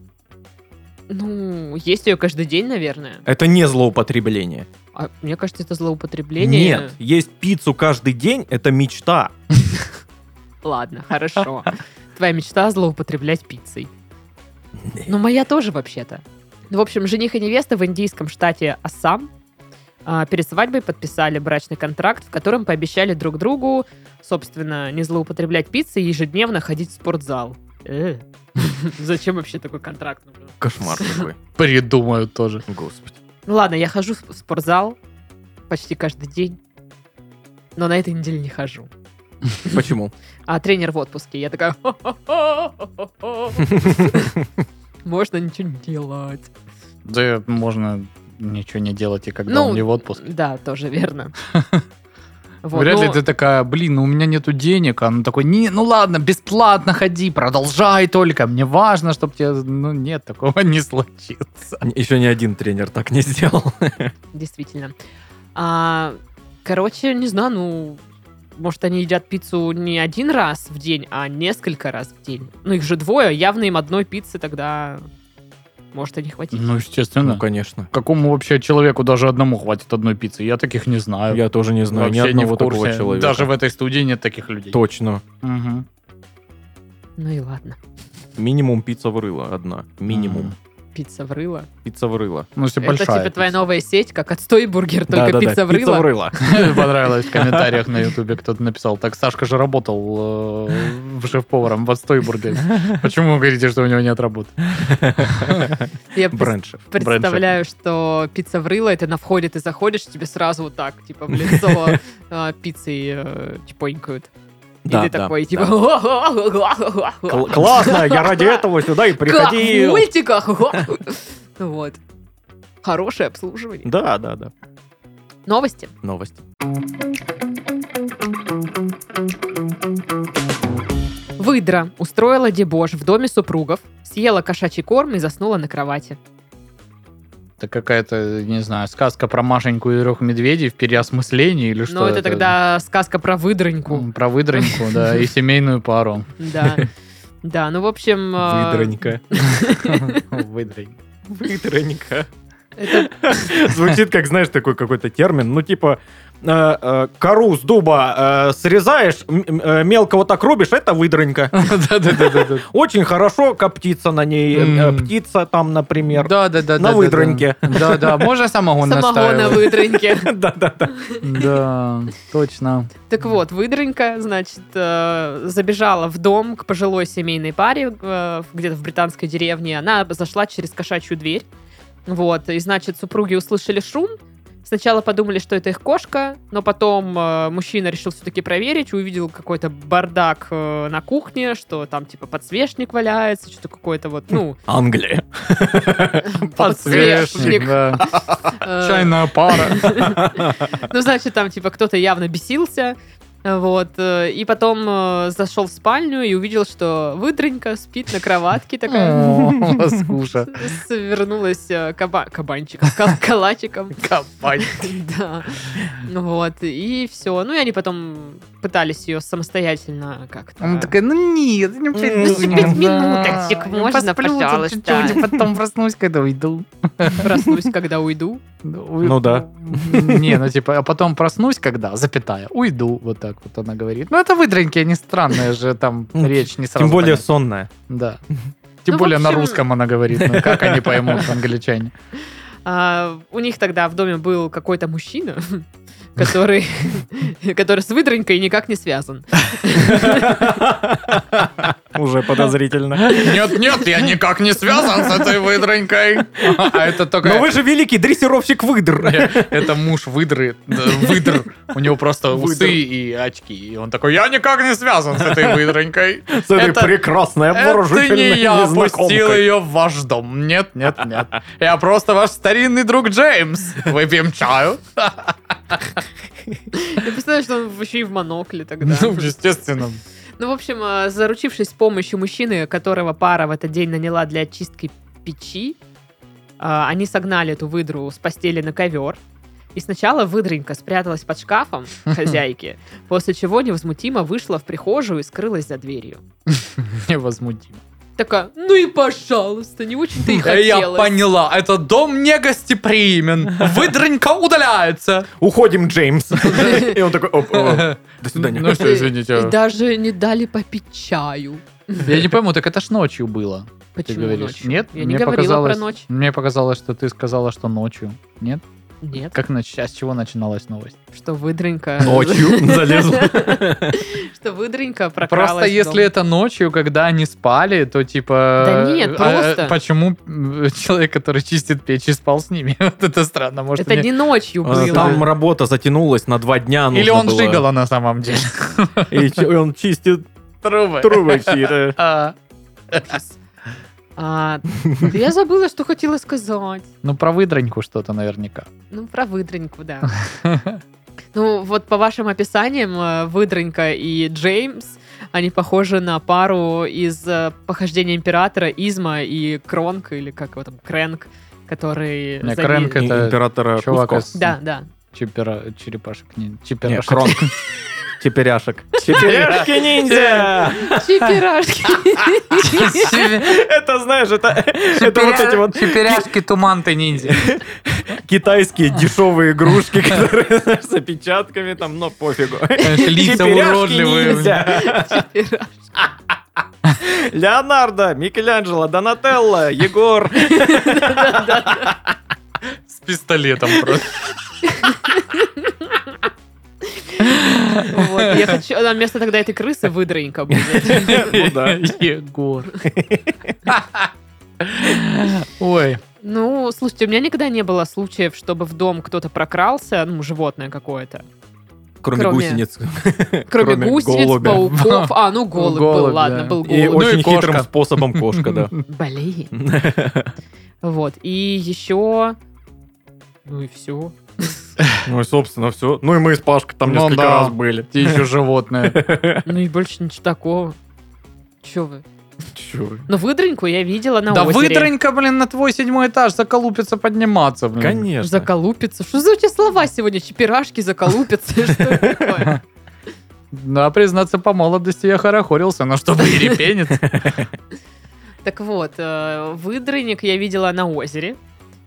Ну, есть ее каждый день, наверное. Это не злоупотребление. А мне кажется, это злоупотребление. Нет, есть пиццу каждый день, это мечта. Ладно, хорошо. Твоя мечта злоупотреблять пиццей. Ну, моя тоже, вообще-то. Ну, в общем, жених и невеста в индийском штате Ассам а, перед свадьбой подписали брачный контракт, в котором пообещали друг другу, собственно, не злоупотреблять пиццей и ежедневно ходить в спортзал. Э, Зачем вообще такой контракт нужен? Кошмар такой, Придумают тоже. господи. Ну ладно, я хожу в спортзал почти каждый день, но на этой неделе не хожу. Почему? А тренер в отпуске. Я такая... Можно ничего не делать. Да можно ничего не делать, и когда Ну, он не в отпуск. Да, тоже верно. Вот, Вряд ли ну, ты такая, блин, ну у меня нету денег. А он такой, не, ну ладно, бесплатно ходи, продолжай только. Мне важно, чтобы тебе... Ну нет, такого не случится. Еще ни один тренер так не сделал. Действительно. А, короче, не знаю, ну... Может, они едят пиццу не один раз в день, а несколько раз в день. Ну, их же двое, явно им одной пиццы тогда... Может, и не хватит. Ну, Ну, естественно. конечно. Какому вообще человеку даже одному хватит одной пиццы? Я таких не знаю. А Я тоже не знаю ни Вообще не одного в курсе. такого человека. Даже в этой студии нет таких людей. Точно. Мгм. Ну и ладно. Минимум пицца врыла одна. Минимум. Мгм. пицца врыла. Пицца врыла. Ну, если Это большая. типа твоя новая сеть, как отстой бургер, только Да-да-да, пицца пицца врыла. врыла. Понравилось в комментариях на Ютубе, кто-то написал. Так Сашка же работал э, шеф-поваром в Отстойбурге. Почему вы говорите, что у него нет работы? Я прис- Брендшеф. Представляю, что пицца врыла, это на входе ты заходишь, тебе сразу вот так, типа, в лицо э, пиццей э, чпонькают. И Да, ты да, такой, да. типа... Кл- Классно, я ради этого сюда и Как в приходил. мультиках! Вот. Хорошее обслуживание. Да, да, да. Новости. Новость. Выдра устроила дебош в доме супругов, съела кошачий корм и заснула на кровати. Это какая-то, не знаю, сказка про Машеньку и трех медведей в переосмыслении или что? Ну, это тогда сказка про выдраньку. М, Про выдраньку, да, и семейную пару. Да. Да, ну, в общем... э, Выдранька. Выдрань. Выдранька. Это Звучит как, знаешь, такой какой-то термин. Ну, типа, э, э, кору с дуба э, срезаешь, м- м- э, мелко вот так рубишь, это выдранька. Да-да-да-да-да. Очень хорошо коптится на ней э, М. птица там, например. Да, да, да. На выдраньке. Да, да. Можно самогон самого на настаивать? выдраньке. Да-да-да. Да, точно. Так вот, выдранька, значит, э, забежала в дом к пожилой семейной паре э, в- где-то в британской деревне. Она зашла через кошачью дверь. Вот, и, значит, супруги услышали шум. Сначала подумали, что это их кошка, но потом э, мужчина решил все-таки проверить, увидел какой-то бардак э, на кухне, что там, типа, подсвечник валяется, что-то какое-то вот, ну, Англия. подсвечник. да. э, Чайная пара. Ну, значит, там, типа, кто-то явно бесился. Вот. э, И потом э, зашел в спальню и увидел, что выдранька спит на кроватке такая. О, Лоскуша. с- Свернулась э, каба- кабанчиком, кал- калачиком. Кабань. Да. Ну Вот. И все. Ну, и они потом пытались ее самостоятельно как-то... Она такая, ну нет, не Ну, приду. пять Да. минуточек Я можно, посплю тут пожалуйста? чуть-чуть, а потом проснусь, когда уйду. проснусь, когда уйду. Ну Ну да. Не, ну типа, а потом проснусь, когда, запятая, уйду. Вот так вот она говорит. Ну это выдраньки, они странные же, там Ну, речь не сразу. Тем более понятна. сонная. Да. Тем Ну, в более на общем- русском она говорит. Ну как они поймут, англичане? А, у них тогда в доме был какой-то мужчина, который, который с выдранькой никак не связан. Уже подозрительно. Нет, нет, я никак не связан с этой выдранькой. А это только... Но вы же великий дрессировщик выдр. Это муж выдры, да, выдр. У него просто Выдр. усы и очки. И он такой, я никак не связан с этой выдранькой. С этой Это- прекрасной Это не обворожительной я опустил незнакомкой. ее в ваш дом. Нет, нет, нет. Я просто ваш старинный друг Джеймс. Выпьем чаю. Я представляю, что он вообще и в монокле тогда. Ну, естественно. Ну, в общем, э, заручившись помощью мужчины, которого пара в этот день наняла для очистки печи, э, они согнали эту выдру с постели на ковер. И сначала выдренька спряталась под шкафом хозяйки, после чего невозмутимо вышла в прихожую и скрылась за дверью. Невозмутимо. Такая, ну и пожалуйста, не очень-то и Я хотелось. поняла, этот дом не гостеприимен. Выдранька удаляется. Уходим, Джеймс. И он такой, оп, оп, до свидания. Ну что, извините. И даже не дали попить чаю. Я не пойму, так это ж ночью было. Ты Почему говоришь, ночью? нет? Я не говорила про ночь. Мне показалось, что ты сказала, что ночью. Нет? Нет, Как нач... А с чего начиналась новость? что выдренька... Ночью залезла. Что выдренька прокралась Просто в если дом. это ночью, когда они спали, то типа... Да нет, э, просто. э, Почему м, человек, который чистит печь, и спал с ними? Вот это странно, может, Это мне- не ночью А, было. Там работа затянулась на два дня. Или нужно он было. жигало на самом деле. И ч- и он чистит Трубы. трубы чьи-то. А, А, да я забыла, что хотела сказать. Ну, про выдраньку что-то наверняка. Ну, про выдраньку, да. Ну, вот по вашим описаниям, э, выдранька и Джеймс, они похожи на пару из э, похождения императора Изма и Кронк, или как его там, Крэнк, который... Не, зави- Крэнк И- Это Императора Чувак Куско. из Да, да. чипера- черепашек. Не, Э, Не, чиперашек. Кронк. Теперяшек. Теперяшки-ниндзя! Чипирашки. Это, знаешь, это, это вот эти вот Чиперяшки, туман ты ниндзя. китайские дешевые игрушки, которые знаешь, с опечатками там, но пофигу. Лица Теперяшки уродливые. ниндзя. Чипирашки. Леонардо, Микеланджело, Донателло, Егор. С пистолетом просто. Вот, я хочу... а, Вместо тогда этой крысы выдранька будет. Ну да. Егор. Ой. Ну, слушайте, у меня никогда не было случаев, чтобы в дом кто-то прокрался, ну, животное какое-то. Кроме, Кроме гусениц. Кроме, Кроме гусениц, голубя. пауков. А, ну, голубь, Голубь, был, ладно, да. был И голубь. Ну, очень и хитрым кошка. способом кошка, да. Блин. Вот, и еще... Ну и все. Ну и, собственно, все. Ну и мы с Пашкой там Ну несколько да. раз были. Те еще животное. Ну и больше ничего такого. Че вы? Чё? Ну, выдраньку я видела на да озере. выдранька, блин, на твой седьмой этаж заколупится подниматься, блин. Конечно. Заколупится. Что за у тебя слова сегодня? Чепирашки, заколупится. Что это такое? Да, признаться, по молодости я хорохорился, но чтобы ерепенец. Так вот, э, выдрыник я видела на озере.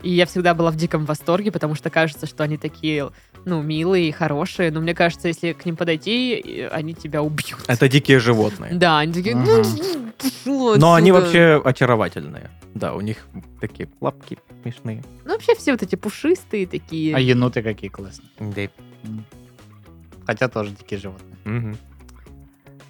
И я всегда была в диком восторге, потому что кажется, что они такие, ну, милые, хорошие. Но мне кажется, если к ним подойти, э, они тебя убьют. Это дикие животные. Да, они такие... Э. Мгм. «Ну, пошел Но они отсюда». вообще очаровательные. Да, у них такие лапки смешные. Ну, вообще все вот эти пушистые такие. А еноты какие классные. Да. Хотя тоже дикие животные. Мгм.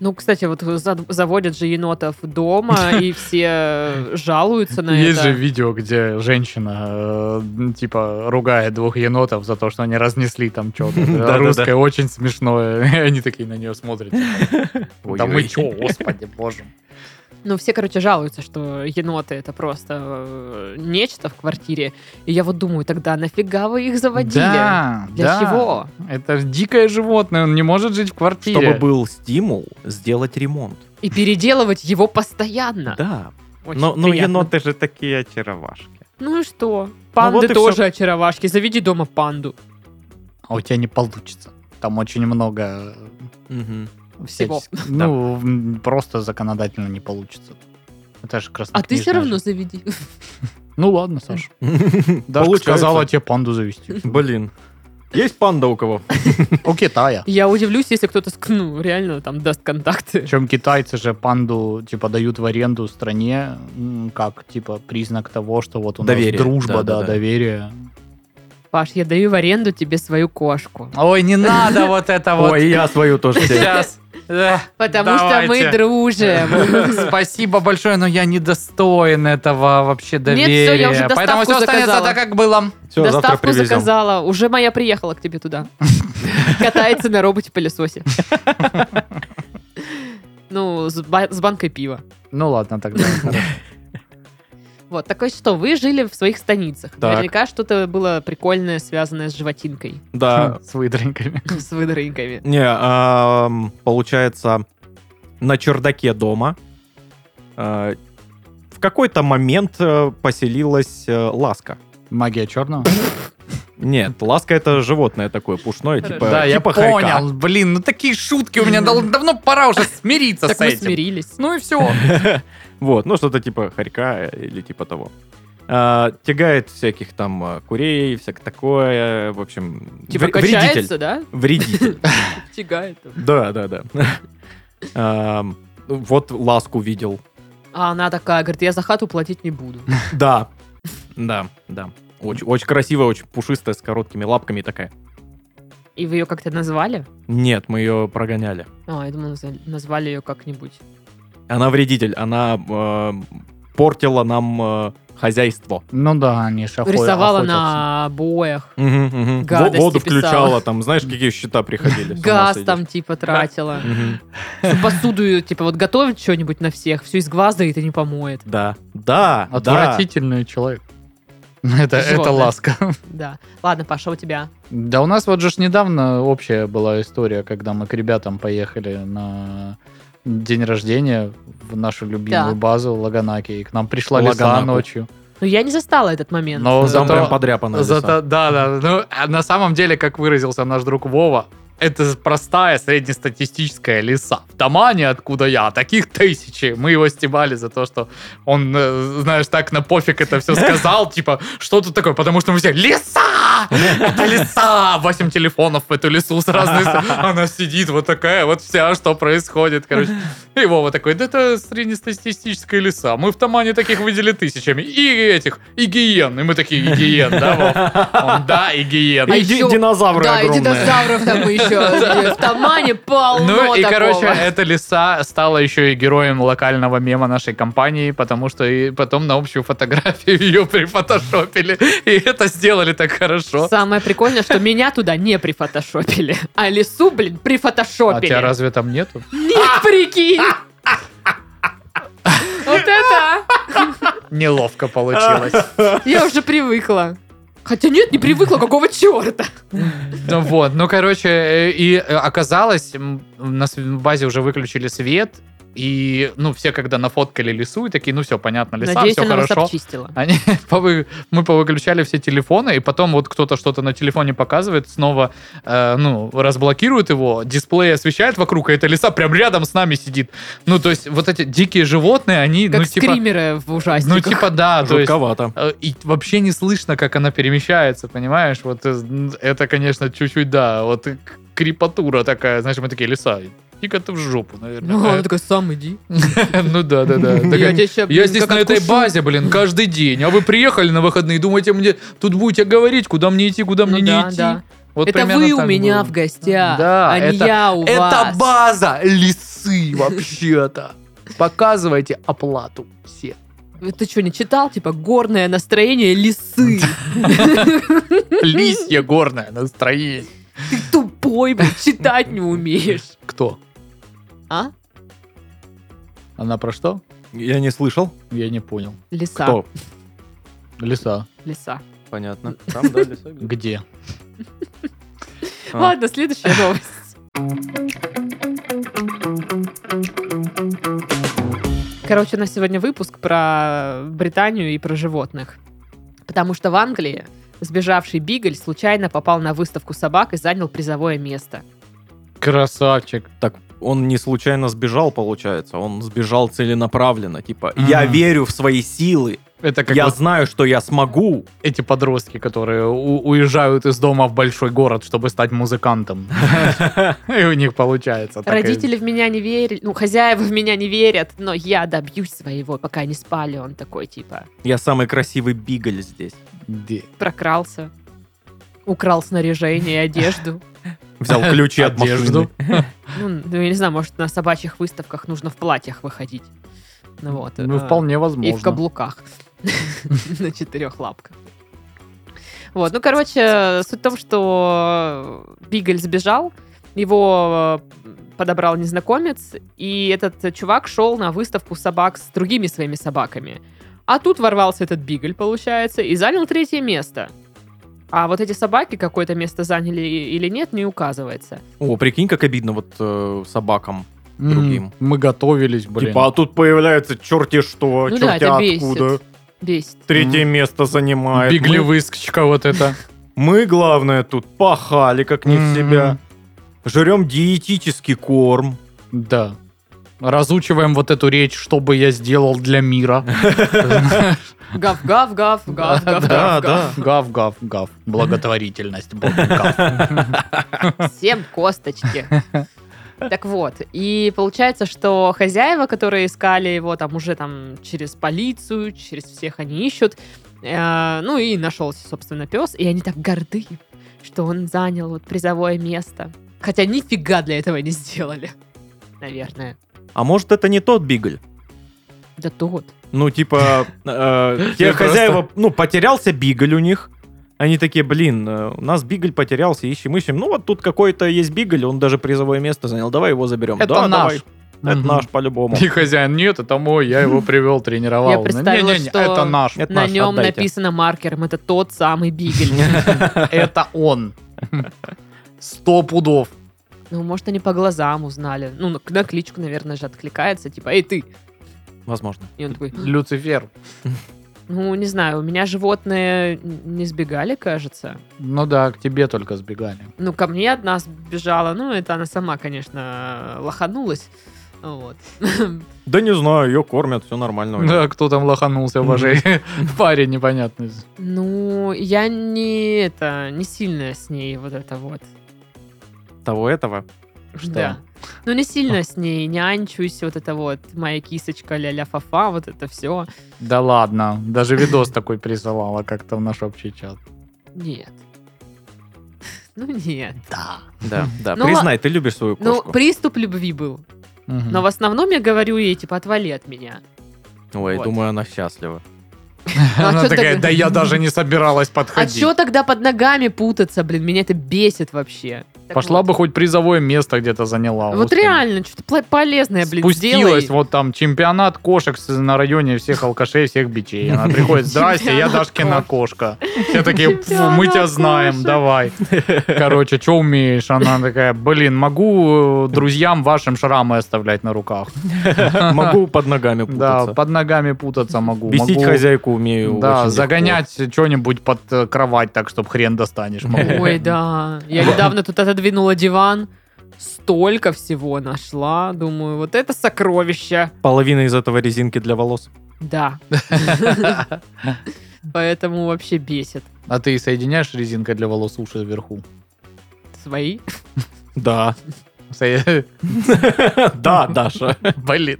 Ну, кстати, вот за- заводят же енотов дома, и все жалуются на Есть же это. видео, где женщина э, типа ругает двух енотов за то, что они разнесли там что-то. Да-да-да. Русское очень смешное. И Они такие на нее смотрят. типа, Да Ой-ой. мы чё, господи, боже. мой». Ну, все, короче, жалуются, что еноты это просто э, нечто в квартире. И я вот думаю, тогда нафига вы их заводили? Да, Для да. чего? Это ж дикое животное, он не может жить в квартире. Чтобы был стимул сделать ремонт. И переделывать его постоянно. Да. Очень Но, но приятно. еноты же такие очаровашки. Ну и что? Панды вот и тоже очаровашки. Заведи дома панду. А у тебя не получится. Там очень много Мгм. э, Всего. всяческих- Ну, м, просто законодательно не получится. Это же красота. А ты все равно заведи. Ну ладно, Саша. Даже Получается. сказала тебе панду завести. Блин. Есть панда у кого? У Китая. Я удивлюсь, если кто-то, ск- ну, реально там даст контакты. Причем китайцы же панду, типа, дают в аренду стране, м, как, типа, признак того, что вот у Доверие. нас дружба, да, Да-да-да. доверие. Паш, я даю в аренду тебе свою кошку. Ой, не надо А вот это Ой, и я свою тоже тебе. Сейчас. Потому что мы дружим. Спасибо большое, но я недостоин этого вообще Нет, всё, я уже доверия. Поэтому доставку всё останется заказала. так, как было. Все, завтра Доставку привезем. заказала. Уже моя приехала к тебе туда. Катается на роботе-пылесосе. Ну, с ба- с банкой пива. Ну ладно, тогда. Вот, такое что, вы жили в своих станицах. Так. Наверняка что-то было прикольное, связанное с животинкой, Да. С выдреньками. с выдрынками. Не, ам, получается, на чердаке дома э, в какой-то момент э, поселилась э, ласка. Магия черного? Нет, ласка это животное такое пушное, Хорошо. типа типа хорька. Блин, ну такие шутки у меня дал- давно пора уже смириться Так мы смирились. Ну и все. Вот, ну что-то типа хорька э, или типа того. А, тягает всяких там э, курей, всякое такое, в общем, Типа вре- качается, да? вредитель. Вредитель. Тягает. Да, да, да. Ам, Вот ласку видел. А она такая, говорит, я за хату платить не буду. Да. Да, да. Очень, очень красивая, очень пушистая, с короткими лапками такая. И вы ее как-то назвали? Нет, мы ее прогоняли. А, я думала, назва- назвали ее как-нибудь. Она вредитель, она э, портила нам э, хозяйство. Ну да, они же охо- Рисовала охотятся. на обоях. Мгм, мгм. Во- Гадости Воду писала. включала, там, знаешь, какие счета приходили. с ума Газ сойдешь. там типа тратила. Мгм. Всю Посуду, типа, вот готовит что-нибудь на всех, все изгвазает и не помоет. Да, да, да. Отвратительный человек. Это, это Животное. ласка. Да. Ладно, Паша, у тебя. Да у нас вот же ж недавно общая была история, когда мы к ребятам поехали на день рождения в нашу любимую Так. базу Лаганаки, и к нам пришла лиса Лаганаку. ночью. Ну, я не застала этот момент. Но Э, Там зато- прям подряпанная Зато, лиса. да, да, ну, а на самом деле, как выразился наш друг Вова, это простая среднестатистическая лиса. В Тамане, откуда я, таких тысячи. Мы его стебали за то, что он, э, знаешь, так на пофиг это все сказал. Типа, что тут такое? Потому что мы все, лиса! Это лиса! Восемь телефонов в эту лесу с разных... сторон. Она сидит вот такая, вот вся, что происходит, короче. И Вова такой, да это среднестатистическая лиса. Мы в Тамане таких видели тысячами. И этих, и гиен. И мы такие, и гиен, да, Вов? Он, да, и гиен. А И ди- ещё- динозавры Да, и огромные. динозавров там еще. В Тамане полно Ну и, такого. короче, эта лиса стала еще и героем локального мема нашей компании, потому что и потом на общую фотографию ее прифотошопили. И это сделали так хорошо. Самое прикольное, что меня туда не прифотошопили, а лесу, блин, А тебя А! прифотошопили. разве там нету? Нет, прикинь! Вот это! Неловко получилось. а. Я уже привыкла. Хотя нет, не привыкла, какого черта? Ну вот, ну короче, э, и э, оказалось, м, у нас в базе уже выключили свет, И, ну, все, когда нафоткали лесу, и такие, ну, все, понятно, леса, Надеюсь, все она вас хорошо. обчистила. Они повы- мы повыключали все телефоны, и потом вот кто-то что-то на телефоне показывает, снова э, ну, разблокирует его, дисплей освещает вокруг, а эта лиса прям рядом с нами сидит. Ну, то есть, вот эти дикие животные, они, Как ну, типа... скримеры в ужастиках. Ну, типа, да, то есть... Жутковато. э, И вообще не слышно, как она перемещается, понимаешь? Вот э, это, конечно, чуть-чуть, да, вот э, к- крипатура такая, знаешь, мы такие, лиса, иди-ка ты в жопу, Ну, она наверное. такая, сам иди. Ну да, да, да. Такая, Я тебя ща, я блин, здесь как на этой откушу. базе, блин, каждый день. А вы приехали на выходные, думаете, мне тут будете говорить, куда мне идти, куда Ну мне не да, идти. да. Вот это примерно вы у так меня было. в гостях, Да, а не это- я у Это вас. база лисы вообще-то. Показывайте оплату все. Э, Ты что, не читал? Типа, горное настроение лисы. Лисье горное настроение. Ты тупой, блин, читать не умеешь. Кто? А? Она про что? Я не слышал. Я не понял. Лиса. Кто? Лиса. Лиса. Понятно. Там, да, лесо. Где? А. Ладно, следующая новость. Короче, у нас сегодня выпуск про Британию и про животных. Потому что в Англии сбежавший бигль случайно попал на выставку собак и занял призовое место. Красавчик. Так он не случайно сбежал, получается. Он сбежал целенаправленно. Типа, я Мгм. верю в свои силы. Это как Я вот знаю, что я смогу. эти подростки, которые у- уезжают из дома в большой город, чтобы стать музыкантом. И у них получается. так и- Родители в меня не верили, ну, хозяева в меня не верят, но я добьюсь своего, пока не спали. Он такой, типа, Я самый красивый бигль здесь. Де- прокрался, украл снаряжение и одежду. Взял ключи от машины. Одежду. Ну, ну, я не знаю, может, на собачьих выставках нужно в платьях выходить. Ну вот. Ну, э, вполне И в возможно. каблуках. На четырех лапках. Вот, ну, короче, суть в том, что Бигль сбежал, его э, подобрал незнакомец, и этот чувак шел на выставку собак с другими своими собаками. А тут ворвался этот Бигль, получается, и занял третье место. А вот эти собаки какое-то место заняли или нет, не указывается. О, прикинь, как обидно вот э, собакам. другим. М, Мы готовились, блин. Типа, а тут появляется черти что, Ну да, черти это бесит. откуда. Бесит. Третье место занимает. Мы, Биглевыскочка вот это. мы, главное, тут пахали, как не в Мгм. себя. Жрем диетический корм. Да. Разучиваем вот эту речь, что бы я сделал для мира. Гав, гав, гав, гав, гав, да, гав, гав. Гав, гав, гав. Благотворительность. бог, гав. Всем косточки. Так вот, и получается, что хозяева, которые искали его там уже там через полицию, через всех они ищут, э, ну и нашелся, собственно, пес, и они так горды, что он занял вот призовое место. Хотя нифига для этого не сделали, наверное. А может, это не тот бигль? Да тот. Ну, типа, э, те Я хозяева, ну, потерялся бигль у них. Они такие, блин, э, у нас бигль потерялся, ищем, ищем. Ну, вот тут какой-то есть бигль, он даже призовое место занял. Давай его заберем. Это Да, давай. наш. Это Мгм. наш по-любому. И хозяин, нет, это мой, я его привел, тренировал. Я представила, Не-не-не, что- это наш, Это На наш, нем отдайте. написано маркером, это тот самый Бигель. это он. Сто пудов. Ну, может, они по глазам узнали. Ну, на, на кличку, наверное, же откликается, типа, эй, ты! Возможно. И он такой, Люцифер. ну, не знаю, у меня животные не сбегали, кажется. Ну да, к тебе только сбегали. Ну, ко мне одна сбежала, ну, это она сама, конечно, лоханулась. Вот. Да не знаю, ее кормят, все нормально. у них. Да, кто там лоханулся в вашей паре, непонятно. Ну, я не это, не сильно с ней вот это вот. Того этого. Что? Да. Ну, не сильно с ней нянчусь, вот это вот, моя кисочка, ля-ля фа-фа, вот это все. Да ладно, даже видос такой присылала как-то в наш общий чат. Нет. Ну, нет. Да. Да, да. Ну, Признай, ты любишь свою Ну, кошку. приступ любви был. Но в основном я говорю ей, типа, отвали от меня. Ой, вот. думаю, она счастлива. а Она чё такая, так- да я даже не собиралась А подходить. чё тогда под ногами путаться, блин? Меня это бесит вообще. Так Пошла вот. бы хоть призовое место где-то заняла. Вот Господи. реально, что-то пла- полезное, Э, блин, Спустилась, сделай. вот там чемпионат кошек с- на районе всех алкашей, всех бичей. Она приходит, здрасте, я Чемпионат Дашкина кошка. Все такие, «Фу, мы тебя Чемпионат знаем, кошек. давай. Короче, что умеешь? Она такая, блин, могу э, друзьям вашим шрамы оставлять на руках. Могу под ногами Да, путаться. под ногами путаться могу. Бесить могу, хозяйку умею Да, очень загонять что-нибудь под э, кровать так, чтобы хрен достанешь. могу. Ой, да. Я недавно тут отодвинула диван. Столько всего нашла. Думаю, вот это сокровище. легко. Половина из этого резинки для волос. Да. Поэтому вообще бесит. А ты соединяешь резинкой для волос уши вверху? Свои? Да. Со- Да, Даша. Блин,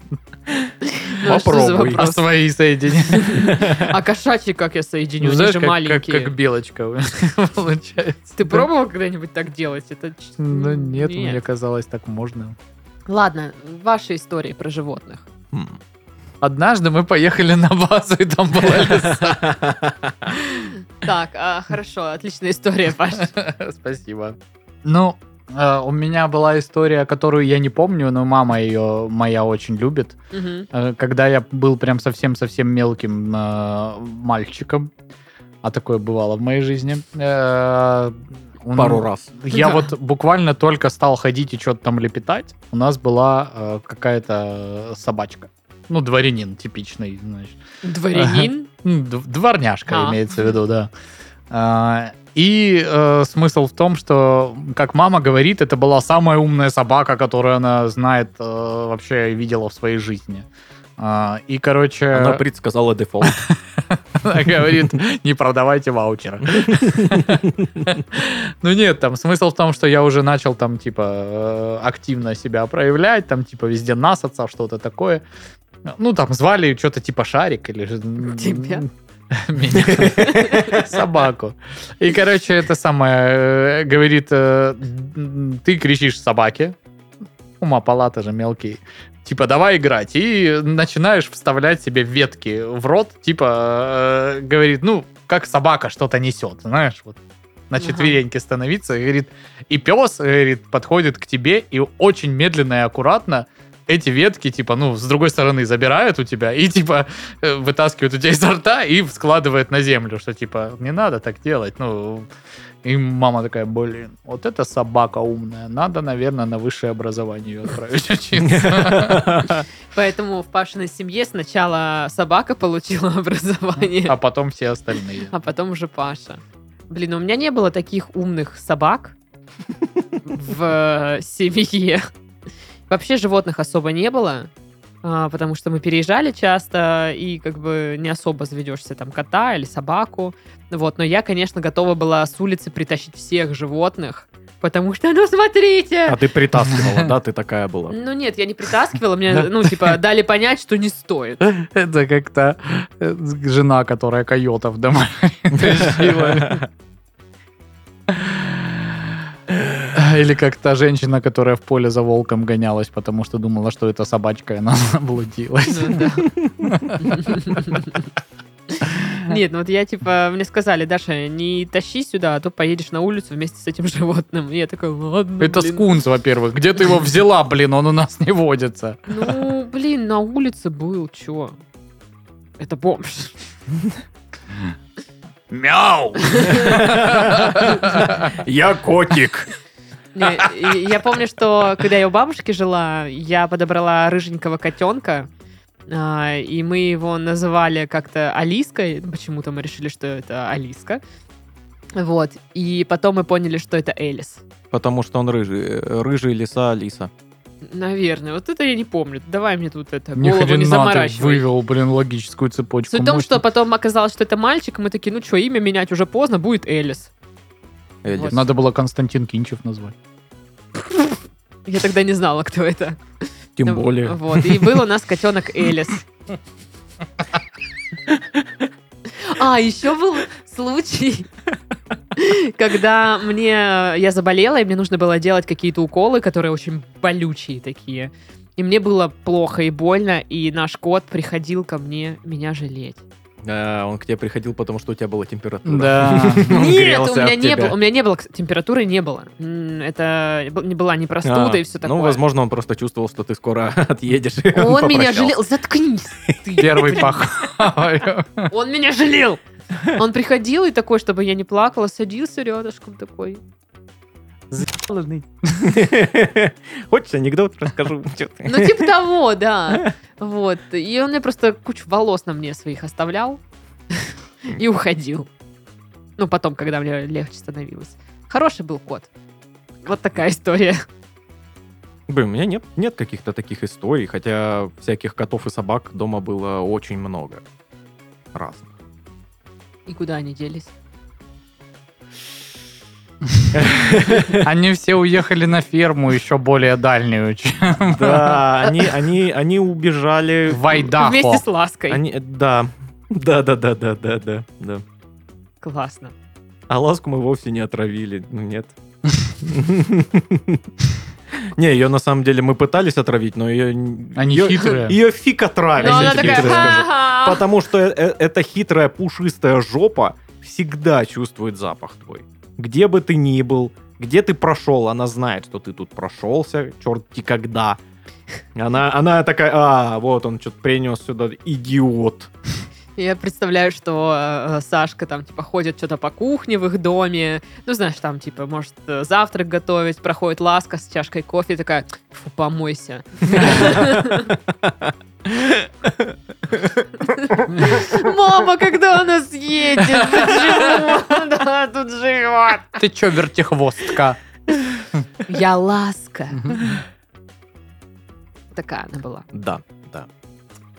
Ну, а что за попробуй. А вопрос? свои соединяй. А кошачьи как я соединю? Ну, Они знаешь, же как, как, маленькие. как белочка получается. Ты пробовал когда-нибудь так делать? Это ч- Ну нет, мне казалось, так можно. Ладно, ваши истории про животных. М. Однажды мы поехали на базу, и там была лиса. Так, а, хорошо, отличная история, Паша. Спасибо. Ну, э, у меня была история, которую я не помню, но мама ее моя очень любит. Мгм. Э, Когда я был прям совсем-совсем мелким э, мальчиком, а такое бывало в моей жизни. э, у Пару нас- раз. Я Да. вот буквально только стал ходить и что-то там лепетать. У нас была э, какая-то собачка. Ну, дворянин типичный, значит. Дворянин? Ну, дв- Дворняжка А. имеется в виду, да. А, И э, смысл в том, что, как мама говорит, это была самая умная собака, которую она знает, э, вообще видела в своей жизни. А, И, короче... Она предсказала дефолт. Она говорит, не продавайте ваучера. Ну нет, там смысл в том, что я уже начал там типа э, активно себя проявлять, там типа везде насаться, что-то такое. Ну там звали что-то типа шарик или же... Тебя? Меня. Собаку. И, короче, это самое, э, говорит, э, м, ты кричишь собаке, ума палата же мелкий, типа давай играть, и начинаешь вставлять себе ветки в рот, типа э, говорит, ну, как собака что-то несет, знаешь, вот на Ага. четвереньке становится, говорит, и пес, говорит, подходит к тебе и очень медленно и аккуратно эти ветки, типа, ну, с другой стороны забирают у тебя и, типа, э, вытаскивают у тебя изо рта и складывают на землю, что, типа, не надо так делать, ну, и мама такая, блин, вот эта собака умная, надо, наверное, на высшее образование ее отправить учиться. Поэтому в Пашиной семье сначала собака получила образование, А потом все остальные. а потом уже Паша. Блин, ну у меня не было таких умных собак в э, семье. Вообще животных особо не было, а, потому что мы переезжали часто, и как бы не особо заведешься там кота или собаку. Вот, но я, конечно, готова была с улицы притащить всех животных, потому что, ну смотрите! А ты притаскивала, да? Ты такая была. Ну нет, я не притаскивала, мне, ну, типа, дали понять, что не стоит. Это как-то э, жена, которая койотов домой тащила. Или как та женщина, которая в поле за волком гонялась, потому что думала, что это собачка, и она заблудилась. Ну да. Нет, ну вот я, типа, мне сказали, Даша, не тащи сюда, а то поедешь на улицу вместе с этим животным. И я такая, ладно, Это блин». скунс, во-первых. Где ты его взяла, блин? Он у нас не водится. Ну, блин, на улице был, чё? Это бомж. Мяу! Я котик. Не, и- Я помню, что когда я у бабушки жила, я подобрала рыженького котенка, а, и мы его называли как-то Алиской. Почему-то мы решили, что это Алиска. Вот. И потом мы поняли, что это Элис. Потому что он рыжий. Э, Рыжий лиса Алиса. Наверное. Вот это я не помню. Давай мне тут это Ни голову не хрена ты заморачивай. вывел, блин, логическую цепочку. Суть в том, Мощно. что потом оказалось, что это мальчик, и мы такие, ну что, имя менять уже поздно, будет Элис. Элис. Вот. Надо было Константин Кинчев назвать. Я тогда не знала, кто это. Тем Ну, более. Вот, и был у нас котенок Элис. А, еще был случай, когда мне, я заболела, и мне нужно было делать какие-то уколы, которые очень болючие такие. И мне было плохо и больно, и наш кот приходил ко мне меня жалеть. Э, Он к тебе приходил, потому что у тебя была температура. Да. Он Нет, грелся у меня об не тебя. было, у меня не было, кс- температуры не было. М, Это б- не была не простуда А, и все такое. Ну, возможно, он просто чувствовал, что ты скоро отъедешь. и Он меня попрощался. жалел, заткнись. Первый похаваю. Он меня жалел. Он приходил и такой, чтобы я не плакала, садился рядышком такой. «Заебала ныть». Хочешь анекдот расскажу? Чё ты? Ну, типа того, да. Вот. И он мне просто кучу волос на мне своих оставлял и уходил. Ну, потом, когда мне легче становилось. Хороший был кот. Вот такая история. Блин, у меня нет, нет каких-то таких историй, хотя всяких котов и собак дома было очень много. Разных. И куда они делись? Они все уехали на ферму еще более дальнюю, чем Да, они, они, они убежали... в Айдахо. Вместе с лаской. Они, да, да, да, да, да, да, да, да. Классно. А ласку мы вовсе не отравили, ну нет. Не, ее на самом деле мы пытались отравить, но ее... Они хитрые. Ее фиг отравишь, Но А, я Ну, она тебе такая, так скажу. «Ха-ха». Потому что э- э- эта хитрая пушистая жопа всегда чувствует запах твой. Где бы ты ни был, где ты прошел, она знает, что ты тут прошелся, черт и когда. Она, она такая, а, вот он что-то принес сюда, идиот. Я представляю, что э, э, Сашка там, типа, ходит что-то по кухне в их доме. Ну, знаешь, там, типа, может, э, завтрак готовить, проходит ласка с чашкой кофе, и такая, фу, помойся. Мама, когда она съедет? Почему? Да, тут живет. Ты че, вертихвостка? Я ласка. Мгм. Такая она была. Да, да.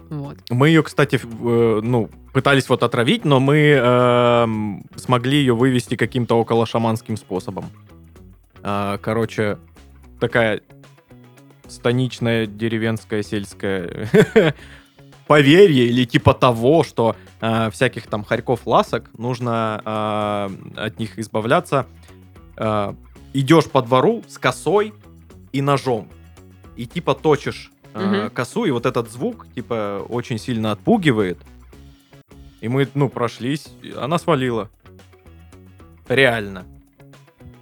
Вот. Мы ее, кстати, в- э, ну, пытались вот отравить, но мы эм, смогли ее вывести каким-то около шаманским способом. А, короче, такая станичная деревенская сельская поверье или типа того, что э, всяких там хорьков-ласок нужно э, от них избавляться. Э, идешь по двору с косой и ножом. И типа точишь э, Мгм. косу, и вот этот звук типа очень сильно отпугивает. И мы, ну, прошлись, и она свалила. Реально.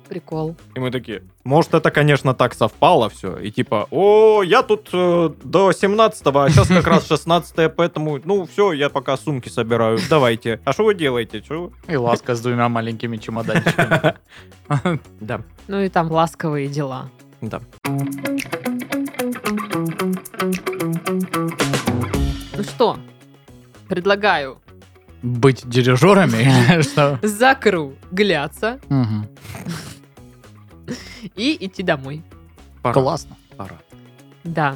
Прикол. И мы такие, может, это, конечно, так совпало все. И типа, о, я тут э, до 17 а сейчас как раз 16 поэтому, ну, все, я пока сумки собираю, давайте. А что вы делаете? Чё вы?» И ласка с двумя маленькими чемоданчиками. Да, Ну и там ласковые дела. да. Ну что, предлагаю Быть дирижерами? Что? закругляться Мгм. и идти домой. Пора, Классно. пора. Да.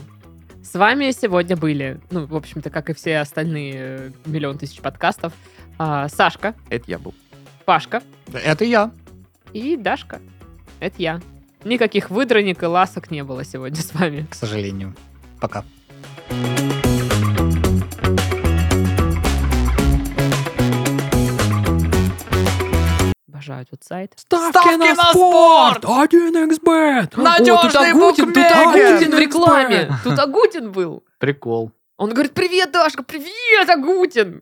С вами сегодня были, ну, в общем-то, как и все остальные э, миллион тысяч подкастов, а, Сашка, Это я был. Пашка Это я. и Дашка. Это я. Никаких выдраник и ласок не было сегодня с вами. к сожалению. Пока. Обожаю этот сайт. Ставки на спорт! 1xbet! Надежный Агутин, тут Агутин в Агутин рекламе. Тут Агутин был. Прикол. Он говорит, привет, Дашка, привет, Агутин.